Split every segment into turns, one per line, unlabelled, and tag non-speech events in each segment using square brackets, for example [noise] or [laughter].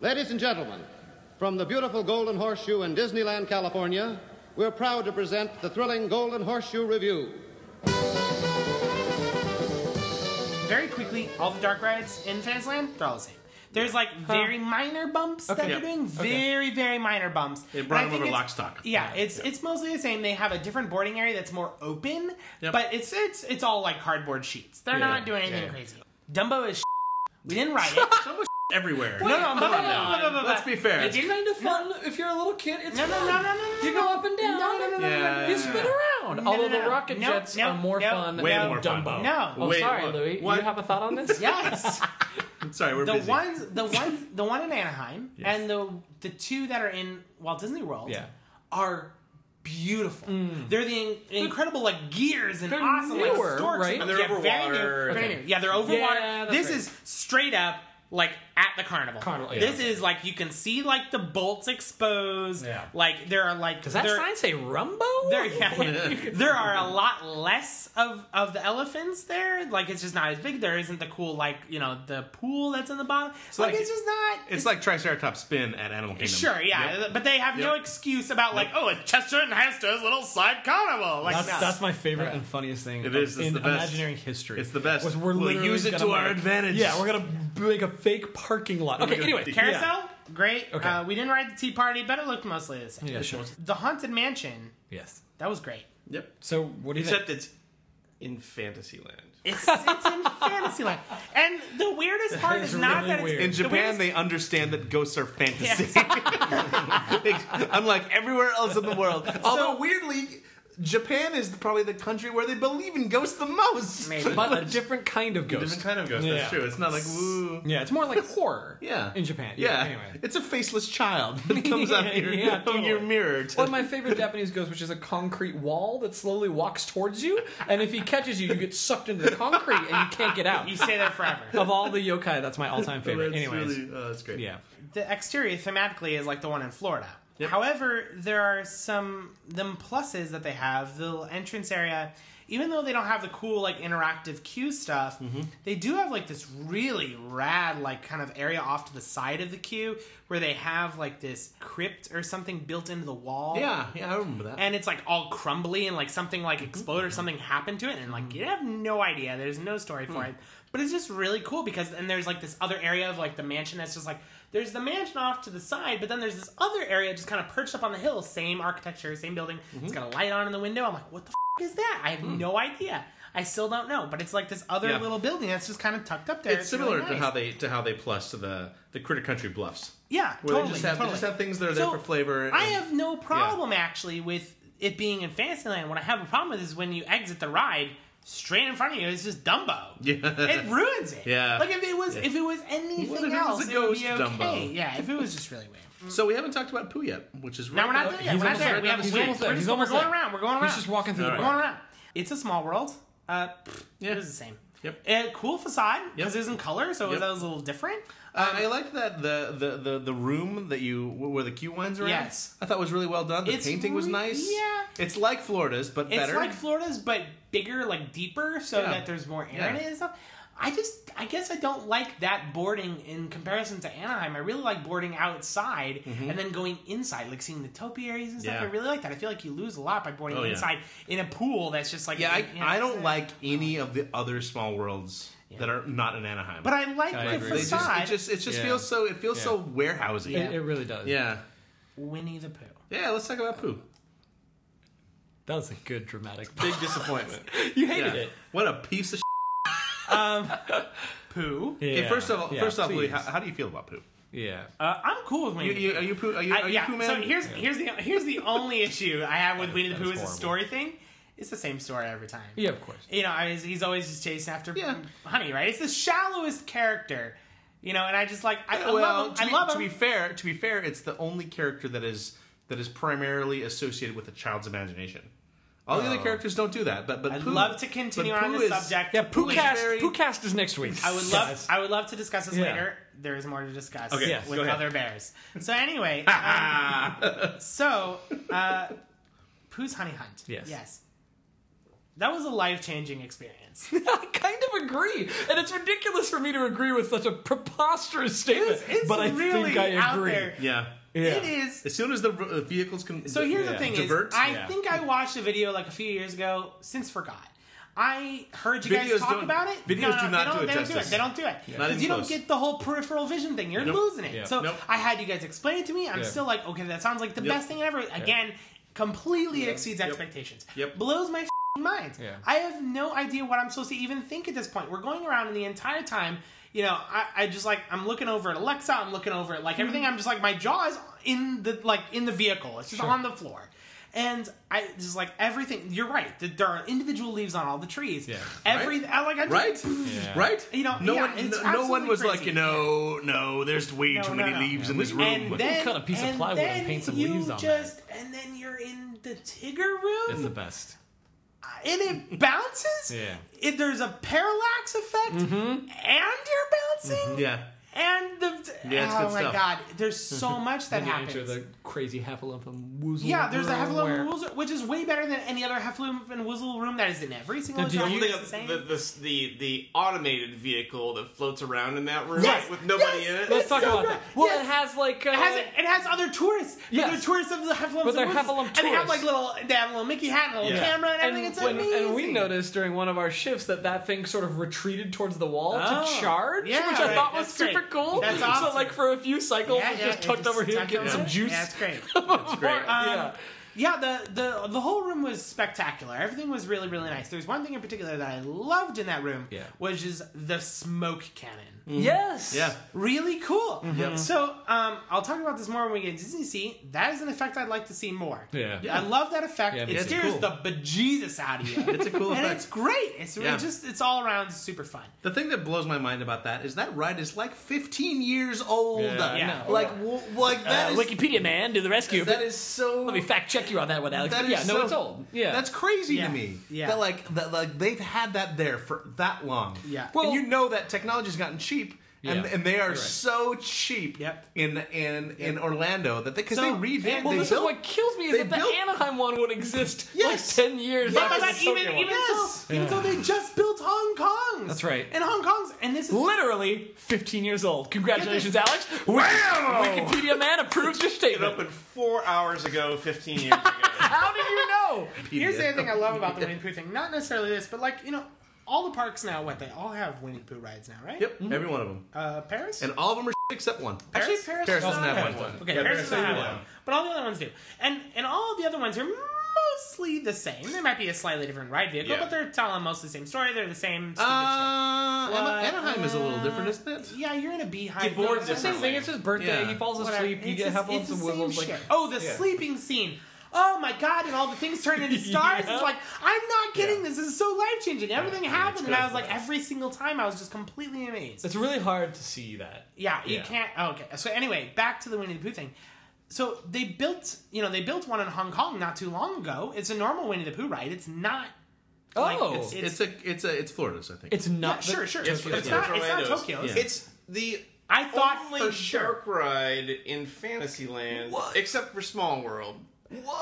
Ladies and gentlemen, from the beautiful Golden Horseshoe in Disneyland, California, we're proud to present the thrilling Golden Horseshoe Review.
very quickly, all the dark rides in Fantasyland, they're all the same. There's like very minor bumps that
Okay.
they're doing,
Yep. Okay.
very very minor bumps.
They brought
And I
them
think
over
it's-
lock, stock.
Yeah,
Yeah.
it's it's mostly the same. They have a different boarding area that's more open,
Yep.
but it's it's it's all like cardboard sheets. They're
Yeah.
not doing anything
Yeah.
crazy. Dumbo is. we didn't ride
[laughs]
it.
everywhere.
No, no, no, no, no, no, no, no, no.
Let's be fair.
It's kind of fun if you're a little kid. It's
No, no,
fun.
no, no, no,
[laughs]
no,
You
no.
go up and down.
No, no, no, no,
Yeah.
You spin around.
No,
Although
no, no.
the rocket
No,
jets
no,
are more
no.
fun
Way
than
more fun.
Dumbo.
No.
Oh,
Way
sorry,
more-
Louis.
What?
You have a thought on
[laughs]
this?
Yes.
Sorry, we're
the
busy.
ones
[laughs]
the ones the one in Anaheim and the the two that are in Walt Disney World
Yeah. Mm.
are beautiful. They're the in- incredible like gears and
They're
awesome
newer,
like storks.
right?
And
And
they're
yeah,
over
very
water.
New, very
Okay.
new. Yeah, they're over
Yeah,
water.
that's
This
right.
is straight up like at the carnival.
Carnival, yeah.
This is like you can see like the bolts exposed.
Yeah.
Like there are like
Does that
there,
sign say Rumbo? [laughs]
there,
[laughs]
yeah, there are a lot less of, of the elephants there. Like it's just not as big. There isn't the cool like you know the pool that's in the bottom. like,
like-
it's just not.
It's like Triceratops spin at Animal Kingdom.
sure, yeah,
Yep.
but they have no
Yep.
excuse about like oh it's Chester and Hester's little side carnival. Like
That's,
no.
that's my favorite and funniest thing
It is, it's
in
the best.
Imagineering history.
It's the best.
was we're
We'll
literally
use it
gonna
to our
make-
advantage.
Yeah, we're gonna make a fake parking lot.
Okay,
We're gonna-
anyway,
carousel. Great.
Okay.
Uh, we didn't ride the tea party, but it looked mostly the same.
Yeah, sure.
The haunted mansion.
Yes.
That was great.
Yep.
So what do you think?
Except it's in Fantasyland.
It's, it's in Fantasyland, and the weirdest part is,
is
not
really
that it's
weird.
In
the weirdest-
Japan, they understand that ghosts are fantasy.
Yes.
[laughs] Unlike everywhere else in the world. Although
So-
weirdly, Japan is probably the country where they believe in ghosts the most. [laughs]
Maybe.
But a different kind of ghost.
Different kind of ghosts. That's
Yeah.
true. It's not like woo.
Yeah, it's more
[laughs]
like horror.
Yeah.
In Japan.
Yeah.
Anyway.
It's a faceless child that comes out of your,
Yeah,
[laughs] of your
totally.
mirror. To,
One
[laughs]
of my favorite Japanese ghosts, which is a concrete wall that slowly walks towards you, and if he catches you, you get sucked into the concrete and you can't get
[laughs]
out.
you stay there forever.
[laughs] Of all the yokai, that's my all-time favorite.
That's
Anyways.
really- oh, that's great.
Yeah.
the exterior thematically is like the one in Florida. However, there are some them pluses that they have. The entrance area, even though they don't have the cool like interactive queue stuff, they do have like this really rad like kind of area off to the side of the queue where they have like this crypt or something built into the wall.
Yeah, yeah, I remember that. Mm-hmm.
And it's like all crumbly and like something like exploded or something happened to it and like you have no idea. There's no story for
Hmm.
it. But it's just really cool because and there's like this other area of like the mansion that's just like there's the mansion off to the side, but then there's this other area just kind of perched up on the hill, same architecture, same building.
Mm-hmm.
It's got a light on in the window. I'm like, what the f- is that? I have no idea. I still don't know, but it's like this other
Hmm. Yeah.
little building that's just kind of tucked up there.
it's similar
really
to
nice.
how they to how they plus to the the Critter Country bluffs.
yeah,
Where
totally,
they just have
totally.
they just have things that are there
So,
for flavor.
I
and-
have no problem actually with it being in Fantasyland. What I have a problem with is when you exit the ride, straight in front of you is just Dumbo.
Yeah.
It ruins it.
Yeah.
Like if it was if it was
What if
anything
it was a
else, it would
ghost
be okay.
Dumbo?
Yeah, if it was just really weird.
So we haven't talked about Pooh yet, which is
No, we're not
right-
there yet. We're not
almost
there.
there.
We have
Mm-hmm. He's
we-
almost
we're
there.
just-
He's
we're
almost
going
there.
around. We're going around.
He's just walking through
All
the
We're
right.
park.
going around. It's a small world. Uh, pfft,
Yeah.
It was the same.
Yep.
Uh, cool facade because
Yep.
it was in color, so it was-
Yep.
that was a little different.
Uh, I liked that the, the the the room that you where the queue winds around.
Yes.
I thought was really well done. The
It's
painting was
re-
nice.
yeah.
it's like Florida's but
It's
better.
like Florida's, but bigger, like deeper, so
Yeah.
that there's more air in
Yeah.
it and stuff. I just, I guess I don't like that boarding in comparison to Anaheim. I really like boarding outside and then going inside, like seeing the topiaries and stuff.
Mm-hmm. Yeah.
I really like that. I feel like you lose a lot by boarding
Oh, yeah.
inside in a pool that's just like.
yeah, I,
you know,
I don't
it's-
like any of the other small worlds that are not in Anaheim.
But I like the
Like, they just,
facade.
it just it just
Yeah.
feels so it feels so warehousey.
It, it really does.
yeah,
Winnie the Pooh.
yeah. Let's talk about Pooh.
That was a good dramatic.
Big
[laughs]
disappointment.
you hated
Yeah.
it.
What a piece of. Shit.
Pooh.
Okay,
Yeah.
first of all,
Yeah,
first off, Lee,
please.
how, how do you feel about Pooh?
yeah.
Uh, I'm cool with Winnie.
You,
the
you, are you Pooh? Are you,
I-
are you
yeah.
Pooh man?
So here's here's the here's the only issue I have with Winnie the
that
Pooh
is
is the
horrible.
story thing. It's the same story every time.
Yeah, of course.
You know, I was, he's always just chasing after
Yeah.
honey, right? It's the shallowest character. You know, and I just like I, I
well,
love
to
him.
be,
I love
to be
him.
fair, to be fair, it's the only character that is that is primarily associated with a child's imagination. All the other characters don't do that, but but
Oh. I'd
Pooh-
love to continue
but
on
Pooh
this
is-
subject.
Yeah,
Pooh is
Poocast,
very-
Poocast is next week.
I would love
[laughs]
I would love to discuss this
Yeah.
later. There is more to discuss
Okay,
Yes,
with
go ahead.
other bears. So anyway, um, so uh, Pooh's Honey Hunt.
Yes.
Yes. That was a life changing experience.
I kind of agree, and it's ridiculous for me to agree with such a preposterous statement.
[laughs] It's- it's
but I
really
think I
out
agree.
there.
Yeah.
It is.
As soon as the uh, vehicles can.
So here's
yeah,
the thing:
divert,
is I
yeah.
think I watched a video like a few years ago. Since forgot. I heard you
Videos
guys talk
don't-
about it.
videos do
they
not do it
they do it.
justice.
They don't do it
Not
because
even
you don't
close.
get the whole peripheral vision thing. You're
Nope.
losing it.
Yeah.
So
Nope.
I had you guys explain it to me. I'm
Yeah.
still like, okay, that sounds like the best thing ever. Again, completely exceeds expectations.
Yep.
blows my f***ing mind.
Yeah.
I have no idea what I'm supposed to even think at this point. We're going around and the entire time. You know, I, I just like I'm looking over at Alexa. I'm looking over at like everything.
Mm-hmm.
I'm just like my jaw is in the like in the vehicle. It's just on the floor, and I just like everything. You're right. th- There are individual leaves on all the trees. Yeah. Every I, like I just,
Right?
Yeah.
Right?
You know,
no
yeah,
one,
it's
no, no one
absolutely
was like,
crazy.
you know, no, there's way
No,
too
no,
many
no.
leaves in this room.
And
can
then
cut a piece of
and
plywood and
then
paint some
you
leaves on that.
just, And then you're in the Tigger room.
It's the best.
and it bounces.
Yeah.
It, there's a parallax effect, and you're bouncing.
[laughs] yeah.
And the
Yeah, it's
oh
good
my
stuff.
god, there's so much that
Yeah,
happens.
the crazy Heffalump woozle.
yeah, there's a
room where-
Heffalump Woozle, which is way better than any other Heffalump and Woozle room that is in every single.
Now, do
hotel.
you-
It's the same.
the, the, the, the automated vehicle that floats around in that room
Yes,
with nobody
yes,
in it.
Let's talk
so
about
good.
that. Well,
Yes.
it has like uh,
It has it has other tourists. but
Yes.
they're tourists of the Heffalump.
But they're Heffalump
and they have like
tourists.
little they have a little Mickey hat and a little
Yeah.
camera and
And,
everything. It's
when-
amazing.
and we noticed during one of our shifts that that thing sort of retreated towards the wall
Oh.
to charge,
Yeah,
which
right.
I thought was
That's
super
great.
cool.
That's
So
awesome.
like for a few cycles,
Yeah,
it
yeah,
just
it
tucked
just
over here,
tucked
getting
over
some
there.
juice. [laughs]
Yeah, it's great.
It's great.
Um,
Yeah.
yeah, the, the the whole room was spectacular. Everything was really really nice. There's one thing in particular that I loved in that room,
Yeah. Mm.
which is the smoke cannon.
Mm-hmm. Yes.
yeah.
Really cool. So um, I'll talk about this more when we get to Disney Sea. That is an effect I'd like to see more.
Yeah.
I love that effect.
Yeah, me
it
too.
scares
Cool.
the bejesus out of you.
It's a cool
and
effect.
it's great. It's
Yeah.
it's just it's all around super fun.
The thing that blows my mind about that is that ride is like 15 years old.
Yeah. Uh,
Yeah.
Like, w- like that is
Wikipedia man, do the rescue.
that is so.
Let me fact check you on that one, Alex.
that
But yeah,
is
no,
so-
it's old. Yeah,
that's crazy
Yeah.
to me.
Yeah.
that like that like they've had that there for that long.
Yeah.
and
Well-
you know that technology's gotten cheap, and,
Yeah.
and they
You're
are
right.
so cheap.
Yep.
in in in Orlando that they because
So-
they redid.
and- well,
they
This
built,
is what kills me is
they
that the
built-
Anaheim one would exist
Yes.
like ten years
Yeah,
after
but
the
even
Tokyo
even,
one.
so, even so, they just built Hong Kong.
That's right.
And Hong Kong's and this is
literally 15 years old. Congratulations, Alex.
Oh.
Wow! Wikipedia man approves your statement.
opened four hours ago, 15
[laughs]
years ago.
How do you know?
Here's the other thing I love about
[laughs]
the Winnie Pooh thing. Not necessarily this, but like, you know, all the parks now, what, they all have Winnie Pooh rides now, right?
Yep, every one of them,
Uh, Paris?
and all of them are except one.
Actually,
Paris-
Paris,
Paris
does
doesn't
not
have one.
Okay,
Yeah,
Paris
Paris
doesn't have
doesn't
one.
have
But all the other ones do. And and all the other ones are mostly the same. They might be a slightly different ride vehicle,
Yeah.
but they're telling mostly the same story. They're the same stupid
Uh, Ana-
What?
Anaheim is a little different, isn't it?
shit. Yeah, you're in a beehive.
Get bored
though.
differently.
It's the same-
thing.
It's his birthday.
Yeah.
He falls
whatever.
asleep. You
It's
get
the-
half of
it's the
some
same
wiggles. Like,
shit. Oh, the sleeping scene. Oh my god, and all the things turn [laughs] into stars. It's like, I'm not kidding, this is so life changing. Everything happened, and I was like, every single time I was just completely amazed.
it's really hard to see that.
Yeah, you
Yeah.
can't. Oh, okay. So anyway, back to the Winnie the Pooh thing. So they built, you know, they built one in Hong Kong not too long ago. It's a normal Winnie the Pooh ride. It's not. like,
Oh.
it's, it's,
It's a it's a it's Florida's, I think.
It's not
yeah, sure, sure. It's,
It's,
it's
it's
not. It's not
Orlando's.
Tokyo's.
Yeah.
It's the
I thought
only
for sure.
dark ride in Fantasyland,
What?
except for Small World.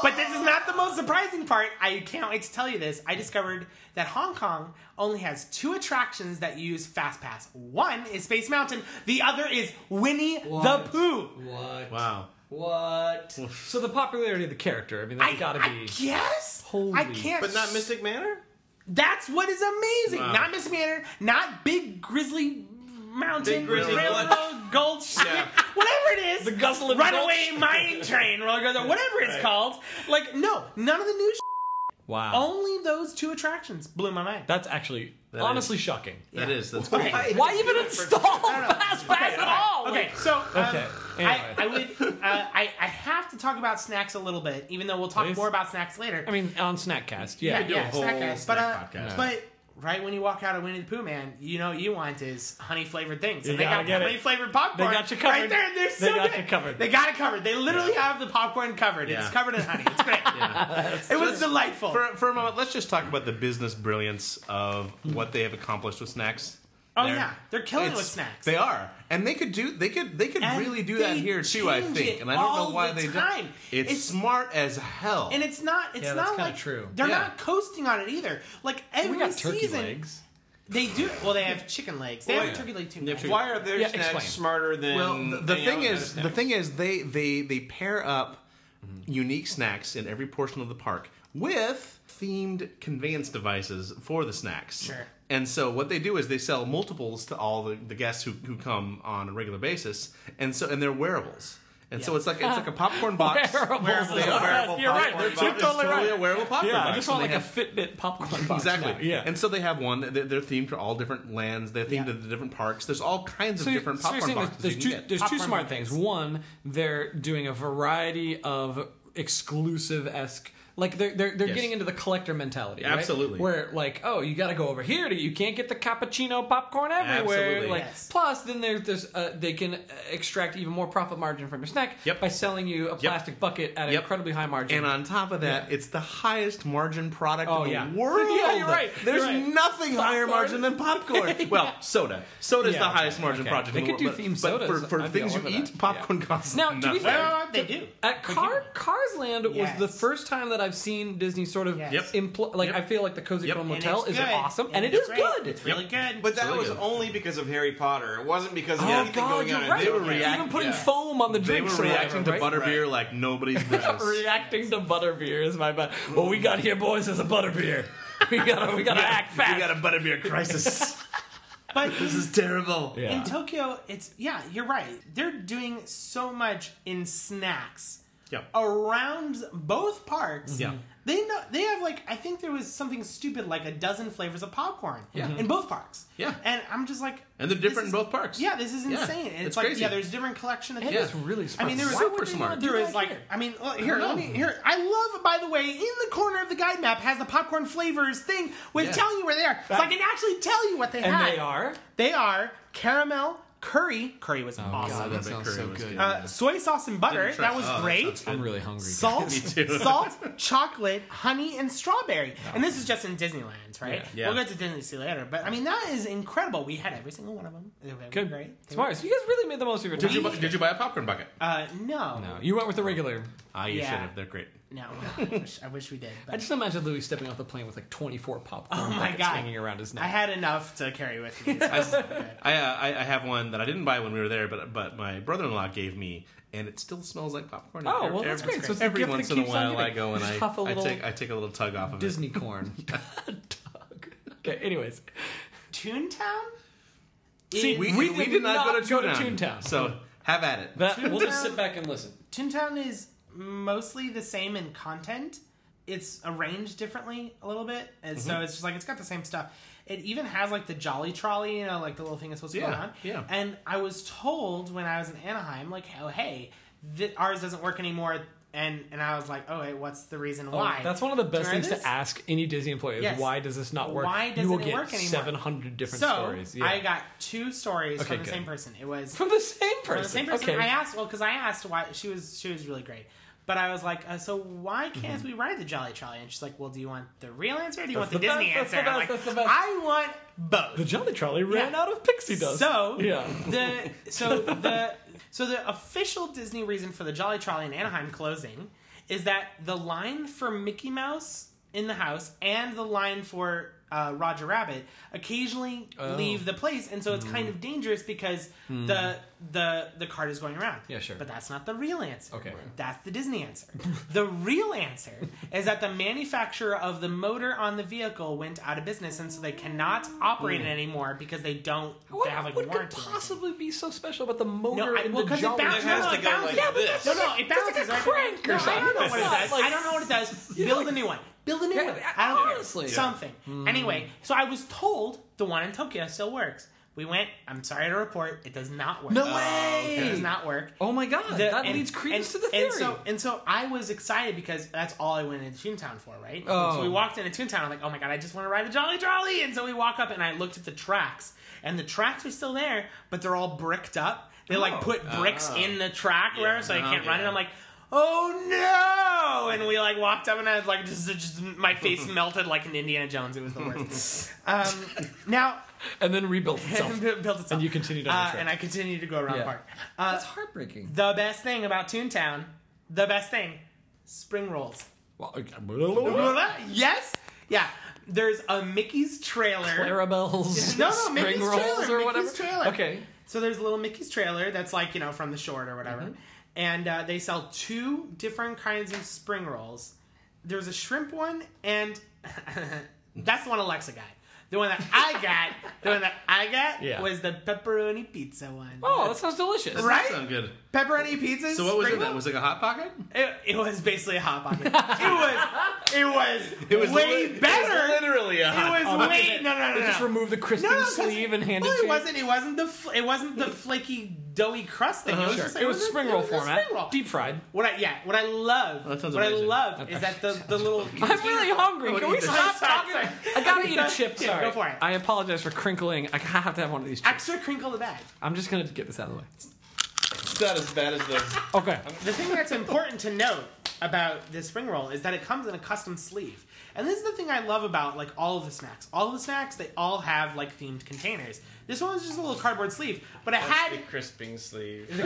But this is not the most surprising part. I can't wait to tell you this. I discovered that Hong Kong only has two attractions that use Fast Pass. One is Space Mountain. The other is Winnie the
What?
Pooh.
what?
wow.
What? so the popularity of the character. I mean, that's
I
got to
I
be.
guess. I
Holy-
can't.
But not Mystic Manor?
That's what is amazing.
Wow.
Not Miss Manor, not Big Grizzly Mountain,
Big Grizzly
Railroad
Gulch.
Gulch, shit,
Yeah.
whatever it is. The
Guzzling
Runaway Mine Train, roller coaster, whatever it's
Right.
called. Like, no, none of the new. Sh-
Wow.
only those two attractions blew my mind.
That's actually
is-
honestly shocking.
That is that's
Okay.
crazy.
Why even install
[laughs]
Fast Pass
Okay,
at all?
okay, so um,
Okay,
I,
anyway.
I would uh, I, I have to talk about snacks a little bit, even though we'll talk
Please.
more about snacks later.
I mean, on Snackcast, yeah.
yeah, yeah,
whole
snack guys. But uh,
snack podcast.
but right when you walk out of Winnie the Pooh, man, you know what you want is honey flavored things. And
You
they
gotta
got
get it.
honey flavored popcorn.
They got you
Right
covered.
there, and they're
They
so
got
good.
you covered.
They got it covered. They literally have the popcorn covered. It's
Yeah.
covered in honey. It's
[laughs]
great. It was delightful.
for, for a moment, let's just talk about the business brilliance of what they have accomplished with snacks.
Oh
They're-
yeah, they're killing it with
it's-
snacks.
They are, and they could do they could they could
And
really do
they
that here too. I
change
think,
it
and I don't
all
know why
the
they don't.
time.
It's,
It's-
smart as hell.
and it's not it's
Yeah, that's
not
kinda
like
true.
they're
Yeah.
not coasting on it either. Like every
We got turkey
season,
legs.
they do. Well, they have chicken legs. Oh, They have turkey leg too.
Yeah, Why are their
Yeah,
snacks
explain.
smarter than?
well, the, the
you know,
thing
other
is, the
snacks?
thing is, they they they pair up unique snacks in every portion of the park with themed conveyance devices for the snacks.
Sure.
And so what they do is they sell multiples to all the, the guests who, who come on a regular basis, and so and they're wearables. And so
Yeah.
[laughs]
it's like it's like a popcorn box.
Wearables.
They are wearable
You're right.
popcorn
They're
boxes.
It's
totally
totally
right.
a wearable popcorn
Yeah,
box.
I just want
and
like
they
a
have-
Fitbit popcorn box.
Exactly.
now. Yeah.
And so they have one. They're, they're themed to all different lands. They're themed
Yeah.
to the different parks. There's all kinds
So
of
you're-
different
so you're
popcorn
saying
boxes.
There's,
you
there's two.
can get.
There's two
Popcorn
smart
buckets.
things. One, they're doing a variety of exclusive esque. Like they're they're, they're
Yes.
getting into the collector mentality,
Yeah,
right?
absolutely.
Where like, oh, you got to go over here to you can't get the cappuccino popcorn everywhere.
Absolutely.
Like,
Yes.
plus then there, there's uh, they can uh, extract even more profit margin from your snack
Yep.
by selling you a plastic bucket at an
Yep.
incredibly high margin.
And on top of that, it's the highest margin product
Oh,
in the
yeah. [laughs]
world.
Yeah, you're right. You're
There's
right.
nothing higher
Popcorn.
margin
[laughs]
than popcorn. Well, soda. Soda's
Yeah,
the
okay,
highest margin
okay.
product
They
in the
could do
world.
themed
but,
sodas.
But for, for
I'd be
things
all
you
over
eat,
that.
popcorn costs
Now, to be
nothing.
fair,
Well, they do.
At Car Cars Land
Yes.
was the first time that I've seen Disney sort of
Yes. Yep.
impl- like
Yep.
I feel like the Cozy
Yep.
Chrome
And
it's
Hotel is
good.
awesome and, it
it's
is
great.
good.
It's really good.
But that
really
was
good.
only because of Harry Potter. It wasn't because of
Oh
anything
god,
going
you're
on. in
right.
Disney.
were reacting-
Even putting
Yeah.
foam on the
They were
drinks. or
reacting to
whatever, [laughs] right?
butterbeer like nobody's business.
Reacting to butterbeer is my bad. What we got here, boys, is a butterbeer. [laughs] We gotta we gotta act fast.
We got a butterbeer crisis.
[laughs]
But
this is terrible.
Yeah.
in Tokyo, it's yeah, you're right. They're doing so much in snacks
Yeah.
around both parks.
Yeah.
They know they have like I think there was something stupid like a dozen flavors of popcorn yeah. in both parks.
Yeah.
And I'm just like
And they're
this
different in
is-
both parks.
Yeah, this is
Yeah,
insane. And it's,
it's
like
crazy.
yeah, there's different collection of
It
things.
is really smart.
I mean, there was
Why would
super
they
smart.
not do
There is
that
like,
here?
I mean, uh, here, let me, here, I love, by the way, in the corner of the guide map has the popcorn flavors thing with
Yeah.
telling you where they are. so I can actually tell you what they
[laughs] and
had.
they are.
They are caramel curry. Curry was awesome.
that sounds so good.
Uh, soy sauce and butter.
Oh, Didn't try-
That was
oh, that
great.
sounds
I'm really hungry.
Salt,
[laughs]
Me too.
salt, chocolate, honey, and strawberry. And this is just in Disneyland, right?
Yeah.
We'll get to Disney later, but I mean that is incredible. We had every single one of them. They were
Good.
great. They were-
Smart. So you guys really made the most of your time.
Did you, bu- did you buy a popcorn bucket?
Uh, no,
No, you went with the regular.
Ah, you
yeah.
should have. They're great.
[laughs]
no. I, wish, I wish we did. But
I just imagine Louis stepping off the plane with like 24 popcorn.
oh my
buckets
god,
hanging around his neck.
I had enough to carry with
[laughs]
me.
I, [laughs] I, uh, I I have one that I didn't buy when we were there, but but my brother in law gave me, and it still smells like popcorn.
Oh,
Every-
well, that's
every,
great. So it's the
every
gift that
once in a
keeps on
while, I
giving.
go and
Just
I,
huff a
I
little
take I take a little tug off
[laughs]
of
Disney corn. [laughs] Tug. Okay. Anyways,
Toontown.
See,
it. We, we, did not, go to Toontown,
Toontown.
so have at it.
that, we'll
Toontown-
just sit back and listen.
Toontown is mostly the same in content. It's arranged differently a little bit, and
Mm-hmm.
so it's just like it's got the same stuff. It even has like the Jolly Trolley, you know, like the little thing that's supposed to go
Yeah,
on.
yeah.
And I was told when I was in Anaheim, like, oh hey, th- ours doesn't work anymore, and and I was like, oh wait, what's the reason why?
Oh, That's one of the best
Remember
things
this?
to ask any Disney employee: is
Yes.
why does this not work?
Why
you
doesn't
will
it
get
work anymore?
700 different
So
stories. Yeah.
I got two stories
Okay,
from the
good.
same person. It
[laughs]
was
from the same person.
Well, the same person.
Okay.
I asked. Well, because I asked why she was she was really great, but I was like, uh, so why
Mm-hmm.
can't we ride the Jolly Trolley? And she's like, well, do you want the real answer? or Do you want the,
the best,
Disney
that's the
answer? And I'm
best,
like,
that's the best.
I want both.
the Jolly Trolley ran
Yeah.
out of pixie dust.
So
yeah.
the so the so the official Disney reason for the Jolly Trolley in Anaheim closing is that the line for Mickey Mouse in the house and the line for uh, Roger Rabbit occasionally
Oh.
leave the place, and so
Hmm.
it's kind of dangerous because the the the card is going around.
Yeah, sure.
But that's not the real answer.
Okay.
That's the Disney answer. the real answer is that the manufacturer of the motor on the vehicle went out of business, and so they cannot operate
Hmm.
it anymore because they don't.
What,
they have like a
what could
warranty. or anything.
possibly be so special about the motor
I-
in
well,
the
'cause it
Jolly
bounced-
It has
no, no,
Trolley?
to go
bounces.
like
Yeah, but
this.
that's
No, no, it
That's like
bounces.
a
right?
crank or
no, I
something.
don't know what it
It's
does.
not like-
I don't know what it does. [laughs] Build a new one. Build a new
Yeah,
one.
I-
I don't care.
honestly. Yeah.
Something. Anyway, so I was told the one in Tokyo still works. We went. I'm sorry to report, it does not work.
No
Oh,
Uh,
way.
It does not work.
Oh my god,
The-
that
and-
leads credence
and-
to the theory.
And so, and so I was excited because that's all I went into Toontown for, right?
Oh.
So we walked into Toontown. I'm like, oh my god, I just want to ride a Jolly Trolley. And so we walk up, and I looked at the tracks, and the tracks are still there, but they're all bricked up. They
Oh.
like put bricks in the track where so I can't run it. I'm like. Oh no! And we like walked up, and I was like, just, just my face melted like an Indiana Jones. It was the worst. um, now
and
[laughs]
then rebuilt
and
itself.
built itself.
And you continued on the
Uh,
trip.
and I continued to go around
Yeah.
the park.
That's heartbreaking.
The best thing about Toontown, the best thing, spring rolls.
Well, okay.
Yes? Yeah. There's a Mickey's trailer.
Clarabelle's
No, no, Mickey's
spring rolls
trailer,
or
Mickey's
whatever.
trailer.
Okay.
So there's a little Mickey's trailer that's like, you know, from the short or whatever. And uh, they sell two different kinds of spring rolls. There's a shrimp one, and [laughs] that's the one Alexa got. The one that I got, the one that I got
Yeah.
was the pepperoni pizza one.
Oh, that sounds delicious.
Right?
That sound good.
Pepperoni pizza.
So what was
spring
it?
roll?
That was it like a hot pocket.
It, it was basically a hot pocket. it was. It was. It was way
lit-
better.
It was literally a
It
hot
was way. No, no, no,
They
no.
just remove the crispy
No, no, 'cause-
sleeve and hand
well,
it to
it
you. Uh-huh.
wasn't. It wasn't the. Fl- it wasn't the flaky, doughy crust thing. It was
Sure.
just.
It was
a-
spring
it
roll
was a
format,
spring roll.
deep fried.
What I yeah. What I love.
That sounds
what I
amazing.
love is that the the
[laughs]
little.
I'm really hungry.
wanna
Can
eat
we
this.
stop
[laughs]
talking?
Sorry.
I gotta eat a
Sorry.
chip.
Yeah,
Sorry.
go for it.
I apologize for crinkling. I have to have one of these. Chips.
Extra crinkle the bag.
I'm just gonna get this out of the way.
It's not as bad as the.
Okay.
The thing that's important to note about this spring roll is that it comes in a custom sleeve. And this is the thing I love about like all of the snacks. All of the snacks, they all have like themed containers. This one was just a little cardboard sleeve, but it had
The crisping sleeve. [laughs] It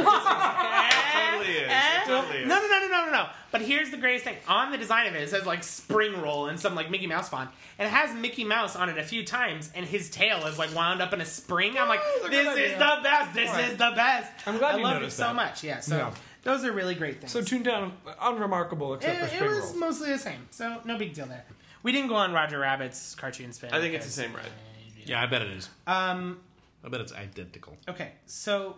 totally is.
Eh?
It totally is.
No, no, no, no, no, no, no. But here's the greatest thing. On the design of it, it says like spring roll and some like Mickey Mouse font. And it has Mickey Mouse on it a few times, and his tail is like wound up in a spring. I'm like,
Oh,
a
this
good
is
idea.
the best. This is the best.
I'm glad
I
you
love
noticed
it so
that.
much. Yeah. So
Yeah.
those are really great things.
So tuned down, unremarkable except for
it,
spring
it was
rolls.
mostly the same. So no big deal there. We didn't go on Roger Rabbit's cartoon spin.
I think it's the same ride.
Yeah, I bet it is. Um, I bet it's identical.
Okay, so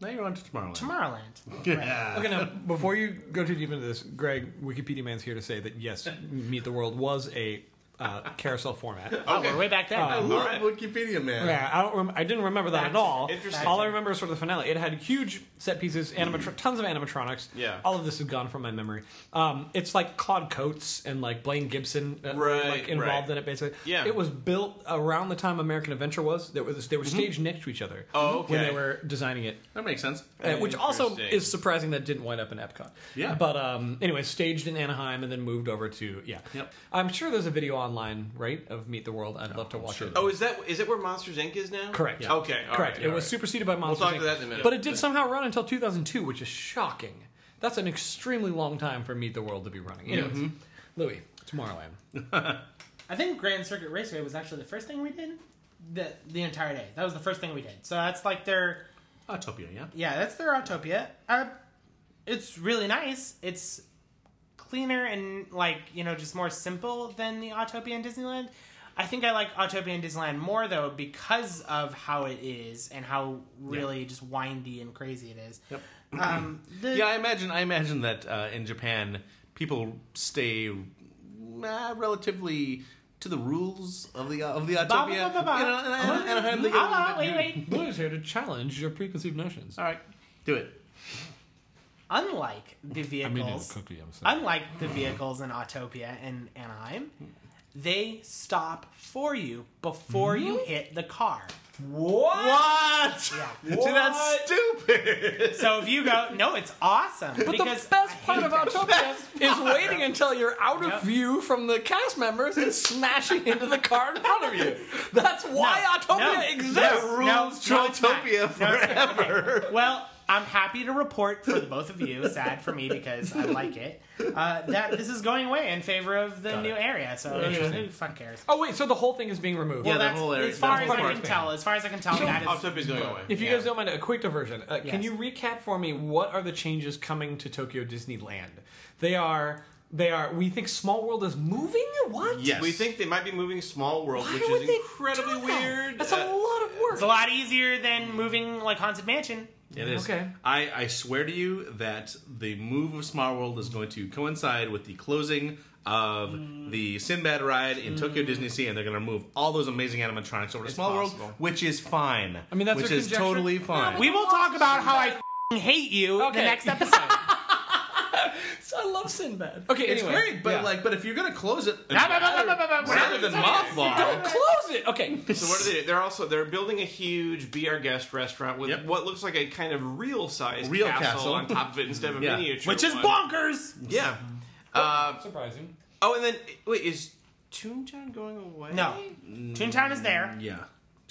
Now you're on to Tomorrowland.
Tomorrowland.
Yeah.
[laughs]
Okay, now before you go too deep into this, Greg, Wikipedia man's here to say that
[laughs]
yes, Meet the World was a uh, carousel format.
Oh, we're way back there.
Um,
Look, Wikipedia man.
Yeah, I don't. Rem- I didn't remember that at
That's
all.
interesting. Mm-hmm.
All I remember is sort of the finale. It had huge set pieces, animatro- tons of animatronics.
Yeah.
All of this is gone from my memory. Um, it's like Claude Coates and like Blaine Gibson, uh,
Right,
like involved
right.
in it basically.
Yeah.
It was built around the time American Adventure was. There was they were staged next to each other.
Mm-hmm. Oh, okay.
When they were designing it.
That makes sense.
Uh, which also
Interesting.
is surprising that it didn't wind up in Epcot.
Yeah.
But um, anyway, staged in Anaheim and then moved over to yeah.
Yep.
I'm sure there's a video online, right, of Meet the World. I'd love to watch it.
Oh, is that is it where Monsters Inc. is now?
Correct.
Yeah.
Okay. all
Correct.
right,
it
all
was
right.
superseded by Monsters.
talk
Inc.
to that in a minute.
But it did somehow run until 2002, which is shocking. That's an extremely long time for Meet the World to be running. Anyways, Louis, Tomorrowland.
I think Grand Circuit Raceway was actually the first thing we did. The the entire day. That was the first thing we did. So that's like their
Autopia, yeah.
yeah, that's their Autopia. Uh, it's really nice. It's cleaner and like you know just more simple than the Autopia in Disneyland. I think I like Autopia in Disneyland more though because of how it is and how really just windy and crazy it is. Yep. Um, the,
Yeah, I imagine. I imagine that uh, in Japan, people stay uh, relatively to the rules of the of the
Ba, ba,
Autopia.
ba, ba, ba.
You know, and- and- and- and they get a
Hold on,
little bit-
wait, wait.
Louis here to challenge your preconceived notions.
All right, do it.
Unlike the vehicles.
I'm sorry.
unlike the vehicles in Autopia and Anaheim, they stop for you before you hit the car.
Hmm? What?
[laughs]
See,
Uh,
that's stupid.
So if you go, no, it's awesome.
But
because
the best
I
part
hate
of Autopia is waiting until you're out of
Yep.
view from the cast members
[laughs]
and smashing into the car in front of you. That's why
No,
Autopia
no,
exists.
no,
That
no,
rules
no, it's not.
Trotopia
No, it's not. Okay.
forever.
Well, I'm happy to report for the both of you. Sad for me because I like it. Uh, that this is going away in favor of the new area. So who the fuck cares?
Oh wait, so the whole thing is being removed.
Yeah,
Well,
the
that's-
whole area-
as far
the
as
whole
I
park
can
thing.
tell, as far as I can tell, that is
Autopia's going away.
If you
Yeah.
guys don't mind, a quick diversion. Uh, Can
Yes.
you recap for me what are the changes coming to Tokyo Disneyland? They are. They are. We think Small World is moving. What?
Yes.
We think they might be moving Small World,
Why
which
would
is
they
incredibly
do that?
weird.
That's
Uh,
a lot of work.
it's a lot easier than moving like Haunted Mansion.
It is.
Okay.
I, I swear to you that the move of Small World is going to coincide with the closing of
Mm.
the Sinbad ride in Tokyo Disney Sea, and they're going to move all those amazing animatronics over to Small
possible.
World, which is fine. I
mean, that's
which
their
is
conjecture.
totally fine.
We will talk about how I f***ing hate you
Okay.
the
[laughs]
[laughs]
next episode.
So I love Sinbad. Okay,
it's
anyway,
great, but
yeah.
like, but if you're going to
[laughs]
close it,
no, no, no, no, no, no.
rather than
don't
mothball.
close it. Okay.
So what are they? They're also they're building a huge be our guest restaurant with
Yep.
what looks like a kind of real size
Real
castle,
castle.
on top of it instead of a
Yeah.
miniature,
Which is
one.
bonkers.
Yeah. Uh,
[laughs] Surprising.
oh, and then wait, is Toontown going away?
No, Toontown is there.
Mm, Yeah.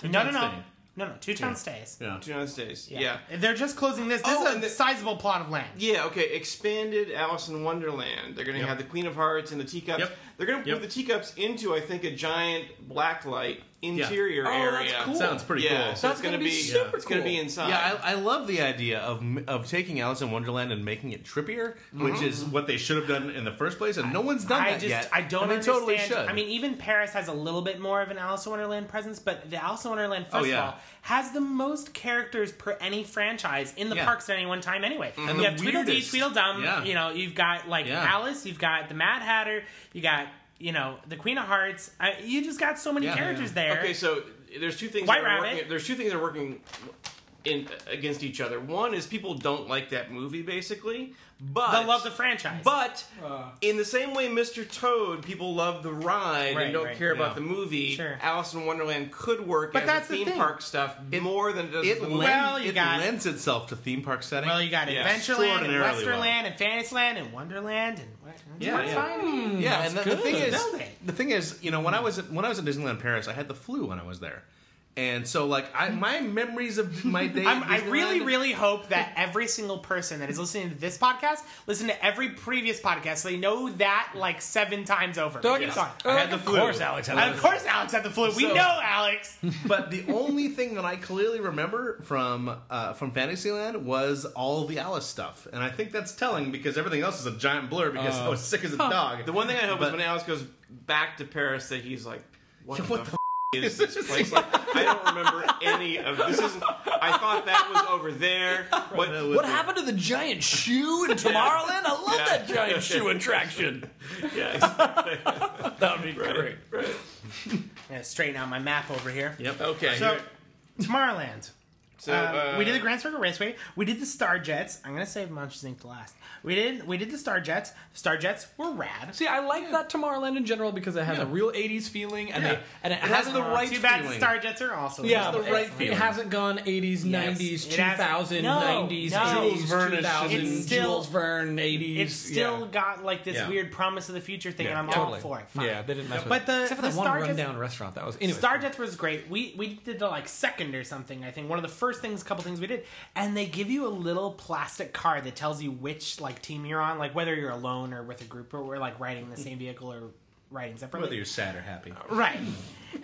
No, no,
town
no,
stay.
no, no. Two town stays.
Yeah.
Two United States. Yeah.
Yeah.
yeah.
They're just closing this. This
Oh,
is a
and the-
sizable plot of land.
okay. Expanded Alice in Wonderland. They're going to
Yep.
have the Queen of Hearts and the teacups.
Yep.
They're going to
Yep.
move the teacups into, I think, a giant blacklight interior
Oh,
area.
that's cool.
Sounds pretty
yeah,
cool.
So
That's
it's going
gonna
to
be
be,
super
it's going to
cool.
be inside.
Yeah, I, I love the idea of of taking Alice in Wonderland and making it trippier, which is what they should have done in the first place, and no one's done
Mm-hmm. I
that
just
yet.
I don't
and they
understand.
totally should.
I mean, even Paris has a little bit more of an Alice in Wonderland presence, but the Alice in Wonderland, first
Oh, yeah.
of all, has the most characters per any franchise in the
Yeah. Mm-hmm.
parks at any one time. Anyway,
And
you
the
have Tweedledee,
weirdest.
Tweedledum.
Yeah.
You know, you've got like
Yeah.
Alice. You've got the Mad Hatter. You got you know the Queen of Hearts. I, you just got so many
Yeah.
characters there.
Okay, so there's two things.
White
that are
Rabbit.
Working, there's two things that are working in against each other. One is people don't like that movie, basically, but
they love the franchise.
But
Uh.
in the same way, Mr. Toad, people love the ride
Right,
and don't
right,
care about
yeah.
the movie.
Sure.
Alice in Wonderland could work
But
as
that's the
the theme
thing.
park stuff more than it does
it,
the
lends,
movie.
Well, you
it
got-
lends itself to theme park setting.
well, you got
Yeah.
Adventureland and
Extraordinarily
Westerland
well.
and Fantasyland and Wonderland and
Yeah,
That's
yeah.
fine.
yeah, and the, the thing
good.
is,
Nailed it.
the thing is, you know, when I was at, when I was at Disneyland Paris, I had the flu when I was there, and so like I, my memories of my
[laughs]
day.
I'm,
at
I really,
Disneyland-
really hope that every single person that is listening to this podcast listen to every previous podcast. So they know that like seven times over.
Don't
Keep
you-
going.
I had the flu.
And of course, Alex had the flu. We
So-
know
[laughs]
Alex.
But the only thing that I clearly remember from uh, from Fantasyland was all the Alice stuff, and I think that's telling because everything else is a giant blur because I was sick as a dog.
The one thing I hope
But-
is when Alice goes back to Paris that he's like, what,
what the
the, f- [laughs] is this place? Like, I don't remember any of this. Isn't I thought that was
[laughs]
over there. What,
What happened to the giant
[laughs]
shoe in Tomorrowland? I love that giant shoe attraction.
Yeah,
[laughs] That would be great.
I'm gonna straighten out my map over here.
[laughs] Yep.
okay.
So, Tomorrowland.
So,
Uh,
uh,
we did the Grand Circle Raceway. We did the Star Jets. I'm gonna save Monsters Inc. to last. We did. We did the Star Jets. Star Jets were rad.
See, I like that Tomorrowland in general because it has a real '80s feeling, and
Yeah.
they and it,
It
has
has the
a-
right
Uh, Too bad the
feeling.
Star Jets are also
yeah,
rad.
but
the right
it,
feeling.
it hasn't gone '80s,
Yes.
'90s,
It hasn't-
2000,
no,
90s,
no.
Jules
Verne is
2000,
just- It's
Jules
still-
Verne '80s.
it's still
yeah.
got like this
Yeah.
weird promise of the future thing,
Yeah,
and I'm
Totally.
all for it. Fine.
Yeah, they didn't mess with
But
it.
the-
except for
the
that one
Star Jets-
rundown restaurant that was anyway.
Starjets was great. We we did the like second or something. I think one of the first things, couple things we did, and they give you a little plastic card that tells you which like team you're on, like whether you're alone or with a group or we're like riding the same vehicle or riding separately.
Whether you're sad or happy.
Right.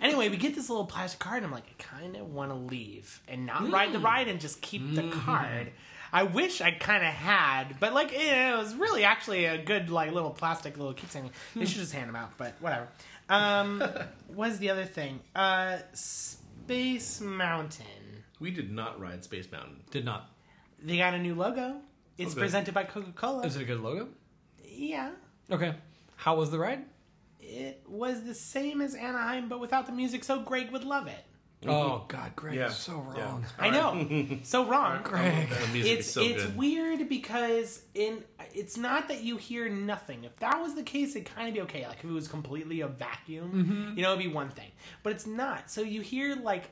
Anyway, we get this little plastic card, and I'm like, I kind of want to leave and not
Mm.
ride the ride and just keep the
Mm-hmm.
card. I wish I kind of had, but like eh, it was really actually a good like little plastic little keep thing.
Hmm.
They should just hand them out, but whatever.
[laughs]
Um, what is the other thing? Uh, Space Mountain.
We did not ride Space Mountain.
did not.
They got a new logo. It's
Okay.
presented by Coca Cola.
Is it a good logo?
Yeah.
Okay. How was the ride?
It was the same as Anaheim, but without the music, so Greg would love it.
Oh God, Greg
Yeah.
is so
Yeah.
wrong.
I know.
[laughs]
so wrong.
Greg.
The music
it's
is so
it's
good.
weird because in it's not that you hear nothing. If that was the case, it'd kind of be okay. Like if it was completely a vacuum,
Mm-hmm.
you know, it'd be one thing. But it's not. So you hear like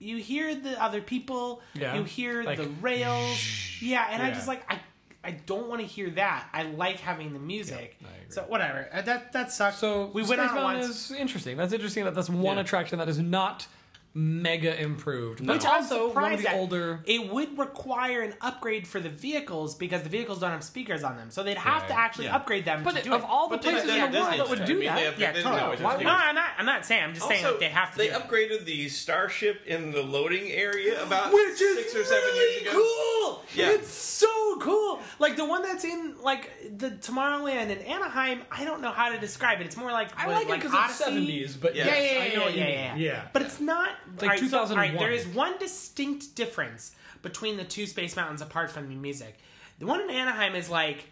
you hear the other people,
Yeah.
you hear
Like,
the rails, yeah. And I
Yeah.
just like I I don't want to hear that. I like having the music. So whatever. Uh, That that sucks.
So
we went
Space
on it
Mountain
once.
is interesting. That's interesting. That that's one attraction that is not mega improved, but it's
Which I'm
also one of
surprised
the
at.
older.
It would require an upgrade for the vehicles because the vehicles don't have speakers on them, so they'd have to
Right.
actually
Yeah.
upgrade them.
But
to
it-
do
of
it.
all the
But they-
places
yeah,
in the world that would do
They
that,
have,
yeah,
they
totally.
No, it's
Why
just
would-
no,
new.
I'm not. I'm not saying. I'm just saying like they have to.
They
do it.
upgraded the starship in the loading area about six or seven
really
years ago.
Cool.
Yeah.
It's so cool. Like the one that's in like the Tomorrowland in Anaheim. I don't know how to describe it. It's more like
I like it
like
because it's
Odyssey.
seventies, but
Yeah.
Yeah,
yes,
yeah,
I
yeah,
know
yeah,
what you
yeah,
mean.
yeah,
yeah.
But it's not
like
alright, so-
2001.
alright, there is one distinct difference between the two space mountains apart from the music. The one in Anaheim is like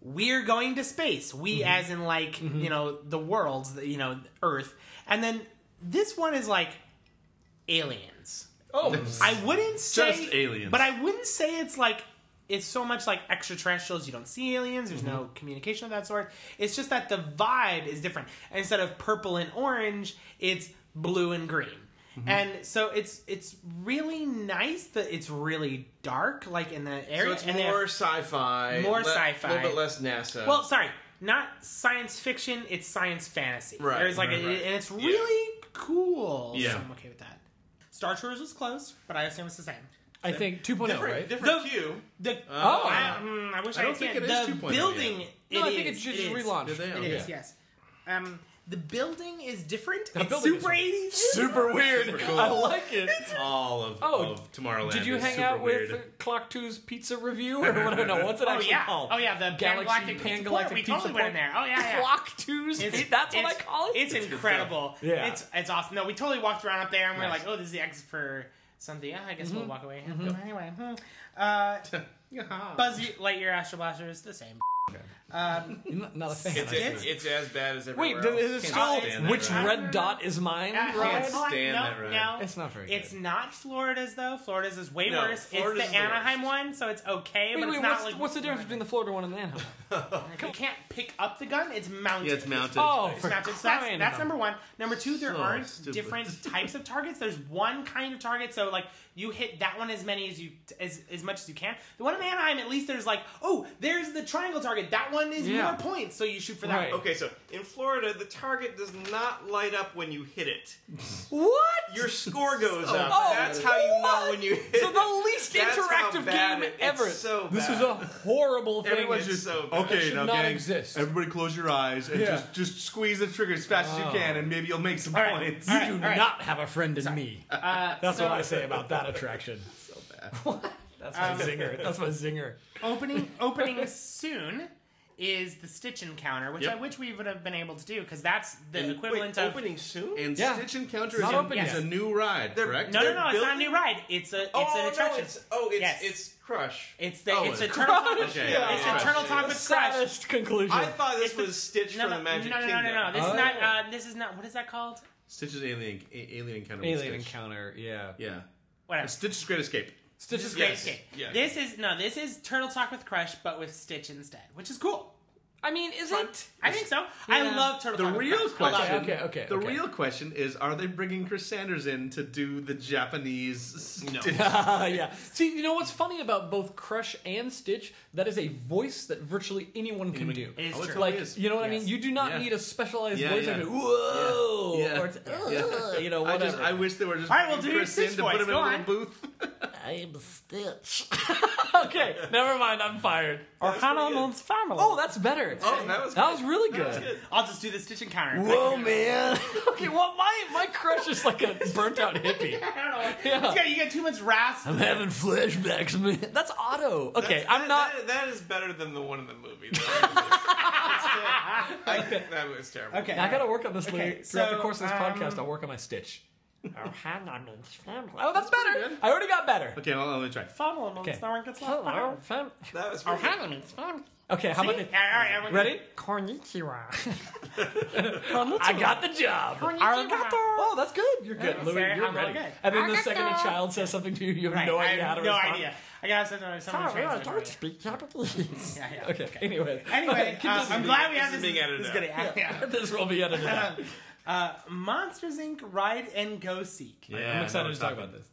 we're going to space. We, as in like you know the worlds, the- you know Earth, and then this one is like aliens.
Oh,
I wouldn't say
Just aliens.
but I wouldn't say it's like it's so much like extraterrestrials. You don't see aliens. There's
Mm-hmm.
no communication of that sort. It's just that the vibe is different. Instead of purple and orange, it's blue and green.
Mm-hmm.
And so it's it's really nice that it's really dark, like in the
So
area.
it's
and they have-
more sci-fi,
More
le-
sci-fi.
a little bit less NASA.
well, sorry, not science fiction. It's science fantasy.
Right,
There's like,
right,
a,
right.
and it's really cool.
Yeah.
so I'm okay with that. Star Tours was closed, but I assume it's the same.
I think
oh,
2.0,
Different,
right?
different queue.
The
Oh.
I, mm, I wish
I
I,
don't
had
think
seen
it
it.
is
the
2.0
building.
yet.
it
No, I think
is,
it's just
it is.
relaunched.
Did they?
It is,
Okay.
yes. Um, the building is different. It's
building is
super eighties.
Super weird.
Super
Oh.
cool.
I like it.
All of,
Oh,
of Tomorrowland.
Did you
is
hang
super
out
weird.
with Clock 2's pizza review
[laughs]
or whatever? No, what's it
Oh
actually
yeah.
called?
Oh yeah. The
Galaxy
Pangalactic
Pangalactic
Pizza Port. We
Pizza
totally went in there.
Port.
Oh yeah. yeah.
Clock 2's
It's-
[laughs] That's what I
it's-
call it?
It's incredible.
Yeah.
It's it's awesome. No, we totally walked around up there and we are
Nice.
like, oh, this is the exit for something. Yeah, I guess
Mm-hmm.
we'll walk away. Anyway, hmm. uh, Buzz Lightyear Astro Blaster is the same.
N- Not a fan.
It's, it's, it's as bad as everywhere
Wait, does-
else.
is it
Can't
still
stand that
which
ride.
red dot is mine?
Uh,
ride?
it's not-
stand
no,
that ride.
no.
It's not very
It's
good.
not Florida's though. Florida's is way
No,
worse.
Florida's
it's
is
the
the
Anaheim
worst.
one, so it's okay,
Wait,
but
wait,
it's not
what's,
like
what's the difference between the Florida one and the Anaheim?
You can't pick up the gun. It's mounted.
Yeah, it's mounted.
Oh,
It's
for
mounted. So that's,
crying
that's
out
number one. Number two, there
So
aren't
stupid. [laughs]
different types of targets. There's one kind of target, so like you hit that one as many as you as as much as you can. The one in Anaheim, at least there's like, oh, there's the triangle target. That one is
Yeah.
more points, so you shoot for that.
Right.
one.
Okay, so in Florida, the target does not light up when you hit it.
What?
Your [laughs] score goes up.
Oh,
That's how you know
what?
when you
[laughs]
hit
So
it.
the least
That's how
interactive
bad
game
it- it's
ever.
so
This
bad.
is a horrible thing.
Everyone's
It's-
just so bad.
Okay,
should
now,
not
gang,
exist.
everybody close your eyes and
Yeah.
just, just squeeze the trigger as fast as you can, and maybe you'll make some
All right.
points.
All right.
Do
All right.
not have a friend in me.
Uh,
That's
so
what I say about that
[laughs]
attraction.
That's my zinger. That's my zinger. [laughs]
Opening opening soon is the Stitch Encounter, which
Yep.
I wish we would have been able to do because that's the
And-
equivalent
Wait,
of
opening soon?
And
Yeah.
Stitch Encounter is,
Not
a-
open
is
yet.
a new ride,
They're-
correct?
no, no, no! It's not a
building-
new ride. It's a it's
oh,
an attraction.
No, it's, oh, it's,
Yes.
it's Crush.
It's the
Oh,
it's
it's
Eternal Talk.
Crush,
Okay,
yeah.
It's
Crush,
Eternal
yeah.
Talk
The
with Crush.
saddest conclusion.
I thought this
It's the-
was Stitch
No,
from
no,
the
no,
Magic
no, no,
Kingdom.
no, no. This is not.
Oh.
Uh, this is not. What is that called?
Stitch's Alien, a- alien Encounter. with
Alien
Stitch.
encounter, yeah.
Yeah.
Whatever.
Stitch's Great Escape.
Stitch is
Great
great.
Escape.
yes.
This is no. This is Turtle Talk with Crush, but with Stitch instead, which is cool.
I mean, is it?
I think so. I
Yeah.
love Turtle
The
Talk. with
real
Crush. I love
question.
it.
okay, okay,
The
okay.
real question is: Are they bringing Chris Sanders in to do the Japanese?
No.
[laughs]
Stitch?
Uh, [laughs] yeah. See, you know what's funny about both Crush and Stitch? That is a voice that virtually anyone can do.
It is
Oh, it
true.
totally
like,
is.
you know what I
Yes.
mean? You do not
Yeah.
need a specialized
Yeah,
voice.
yeah.
Like, whoa,
Yeah.
or it's,
Yeah.
"Ugh," you know,
I
whatever.
just I wish they were just
All right, well,
bringing
do
Chris
Stitch
in to
voice.
put him in
Go
a
on.
little booth. [laughs]
I am Stitch. [laughs] okay, never mind. I'm fired. Or
pretty good.
family. Oh, that's better.
Oh, that was
that
good.
was really good.
I'll just do the Stitch encounter.
Whoa, man. [laughs] okay, well, my my crush is like a burnt out hippie.
[laughs] I don't know.
Yeah.
You, got, you got too much rasp.
I'm having flashbacks, man. That's Otto. Okay,
That's-
I'm
that-
not.
that- that is better than the one in the movie. [laughs] though. I, that was terrible.
Okay.
I gotta work on this
Okay,
later. Throughout the
so,
course of this
um,
podcast, I'll work on my stitch. oh, hang on, it's family. Oh, that's better. I already got better.
Okay, well, let me try.
Fumble amongst
Okay.
no one gets left
Hello,
behind.
fam.
That was pretty good.
it's family. Okay, how about
All
it?
right, everyone-
Ready? [laughs]
Konnichiwa.
I got the job. Oh, that's good. You're good,
Yeah,
Louis.
fair.
You're
I'm
ready.
good.
And then the
Arigato.
second a child says something to you, you have
Right,
no
I
idea
have
how to
no
respond.
idea. I gotta send it to
Oh,
someone.
Sorry, I
translate
don't
it.
speak Japanese.
[laughs] Yeah, yeah.
Okay. Anyway.
[laughs]
[laughs]
Anyway,
Continue.
uh, I'm glad we
This
have
is
this.
being edited
this is good.
out.
Yeah.
this will be
[laughs]
edited. out.
uh, Monsters Inc. Ride and Go Seek.
Yeah,
I'm
now
excited
we're
to talk
talking.
about this.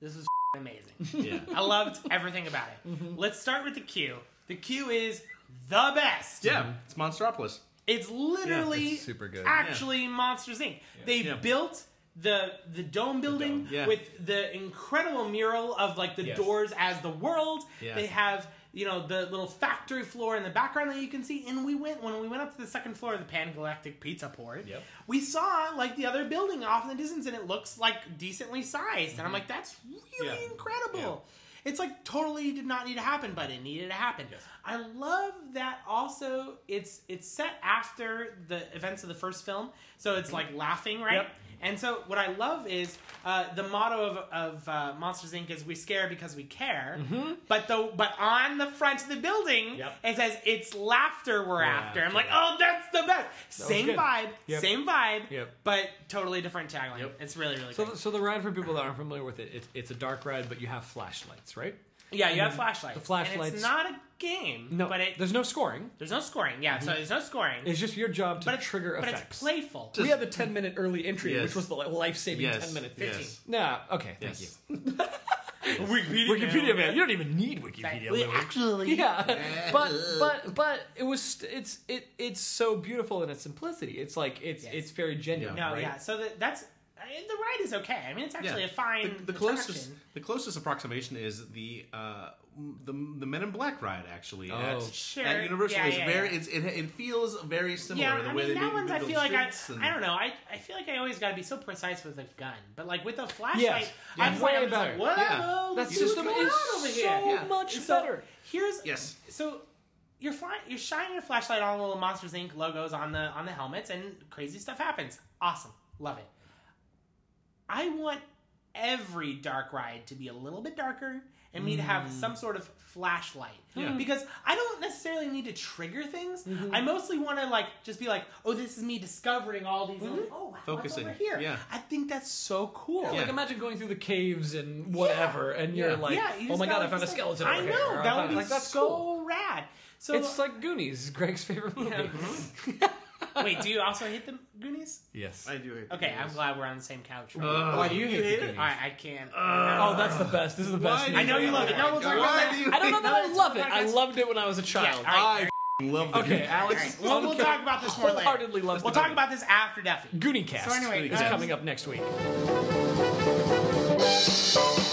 This is amazing.
Yeah.
I loved everything about it. Let's start with the queue. The queue is the best.
Yeah, it's Monsteropolis.
It's literally
it's super good.
actually Monsters Inc. They
Yeah.
built the the dome building
yeah.
with the incredible mural of like the
Yes.
doors as the world.
Yeah.
They have you know the little factory floor in the background that you can see. And we went when we went up to the second floor of the Pan Galactic Pizza Port.
Yep.
We saw like the other building off in the distance, and it looks like decently sized. And I'm like, that's really
Yeah.
incredible. It's like totally did not need to happen, but it needed to happen. I love that also it's it's set after the events of the first film, so it's like laughing, right?
Yep.
And so what I love is uh, the motto of, of uh, Monsters Inc. is "We scare because we care," but the but on the front of the building
Yep.
it says it's laughter we're after. I'm
after.
like, oh, that's the best. same
good.
vibe,
Yep.
same vibe,
Yep.
but totally different tagline.
Yep.
It's really really
So,
good.
the- so the ride for people that aren't familiar with it, it's, it's a dark ride, but you have flashlights, right?
Yeah, you have flashlights.
the
And
flashlights-
it's not a game,
No,
but it
there's no scoring.
There's no scoring. Yeah, so there's no scoring.
It's just your job to
but it's,
trigger
but
effects.
it's playful.
we had the 10 minute early entry,
Yes.
which was the life saving
Yes.
10 minute.
yes.
15.
Nah, okay, thank
Yes.
you.
Wikipedia.
Wikipedia, man, you don't even need Wikipedia.
We
Lou.
[laughs]
[laughs]
actually.
yeah [laughs] but but but it was st- it's it it's so beautiful in its simplicity it's like it's
Yes.
it's very genuine
No,
right
yeah. So that, that's I- the ride is okay. I mean, it's actually
Yeah.
a fine
The, the closest,
attraction.
the closest approximation is the uh, the the Men in Black ride actually
Oh.
at,
Sure.
at Universal.
Yeah,
it's
yeah,
very
yeah.
it's, it, it feels very similar.
Yeah,
the
I
way
mean
they
that
do-
one's. I
build
feel like I,
streets and-
I don't know. I, I feel like I always got to be so precise with a gun, but like with a flashlight,
Yes.
I'm
Yeah.
just like, I'm
Way
just like,
better.
what?
Yeah.
the-
That
what's
system
going
is
on over
so
here?
Yeah.
much
And so
better.
here's
Yes.
So you're flying, you're shining your flashlight on the little Monsters Inc. logos on the on the helmets, and crazy stuff happens. Awesome, love it. I want every dark ride to be a little bit darker, and me to have some sort of flashlight
Yeah.
because I don't necessarily need to trigger things. I mostly want to like just be like, oh, this is me discovering all these. little- oh, wow, what's
Focusing.
over here.
Yeah.
I think that's so cool.
Yeah.
Like imagine going through the caves and whatever, and you're
Yeah.
like,
Yeah, you
"Oh
just
my god,
gotta
I found a
just, like-
skeleton!"
I
over
know
here," or I
that would
found-
be
like, that's
so
cool.
rad. So [laughs]
It's like Goonies, [laughs] Greg's favorite movie.
Wait, do you also hate the Goonies?
Yes.
I do hate
Okay,
Goonies.
I'm glad we're on the same couch. Right?
Why do you hate, the Goonies?
I, I can't.
Oh, that's the best. This is the best.
Why do
I know you love it. No, we'll talk about
Why
that.
do you
I don't know
hate-
that I love it. I
podcast.
loved it when I was a child.
Yeah, all right.
I love the
Okay, Alex.
We'll, we'll
unca-
talk about this more later.
Wholeheartedly loves.
We'll
the
talk about this after Duffy.
Goonie Cast.
So anyway,
it's
guys-
coming up next week.
Goonies.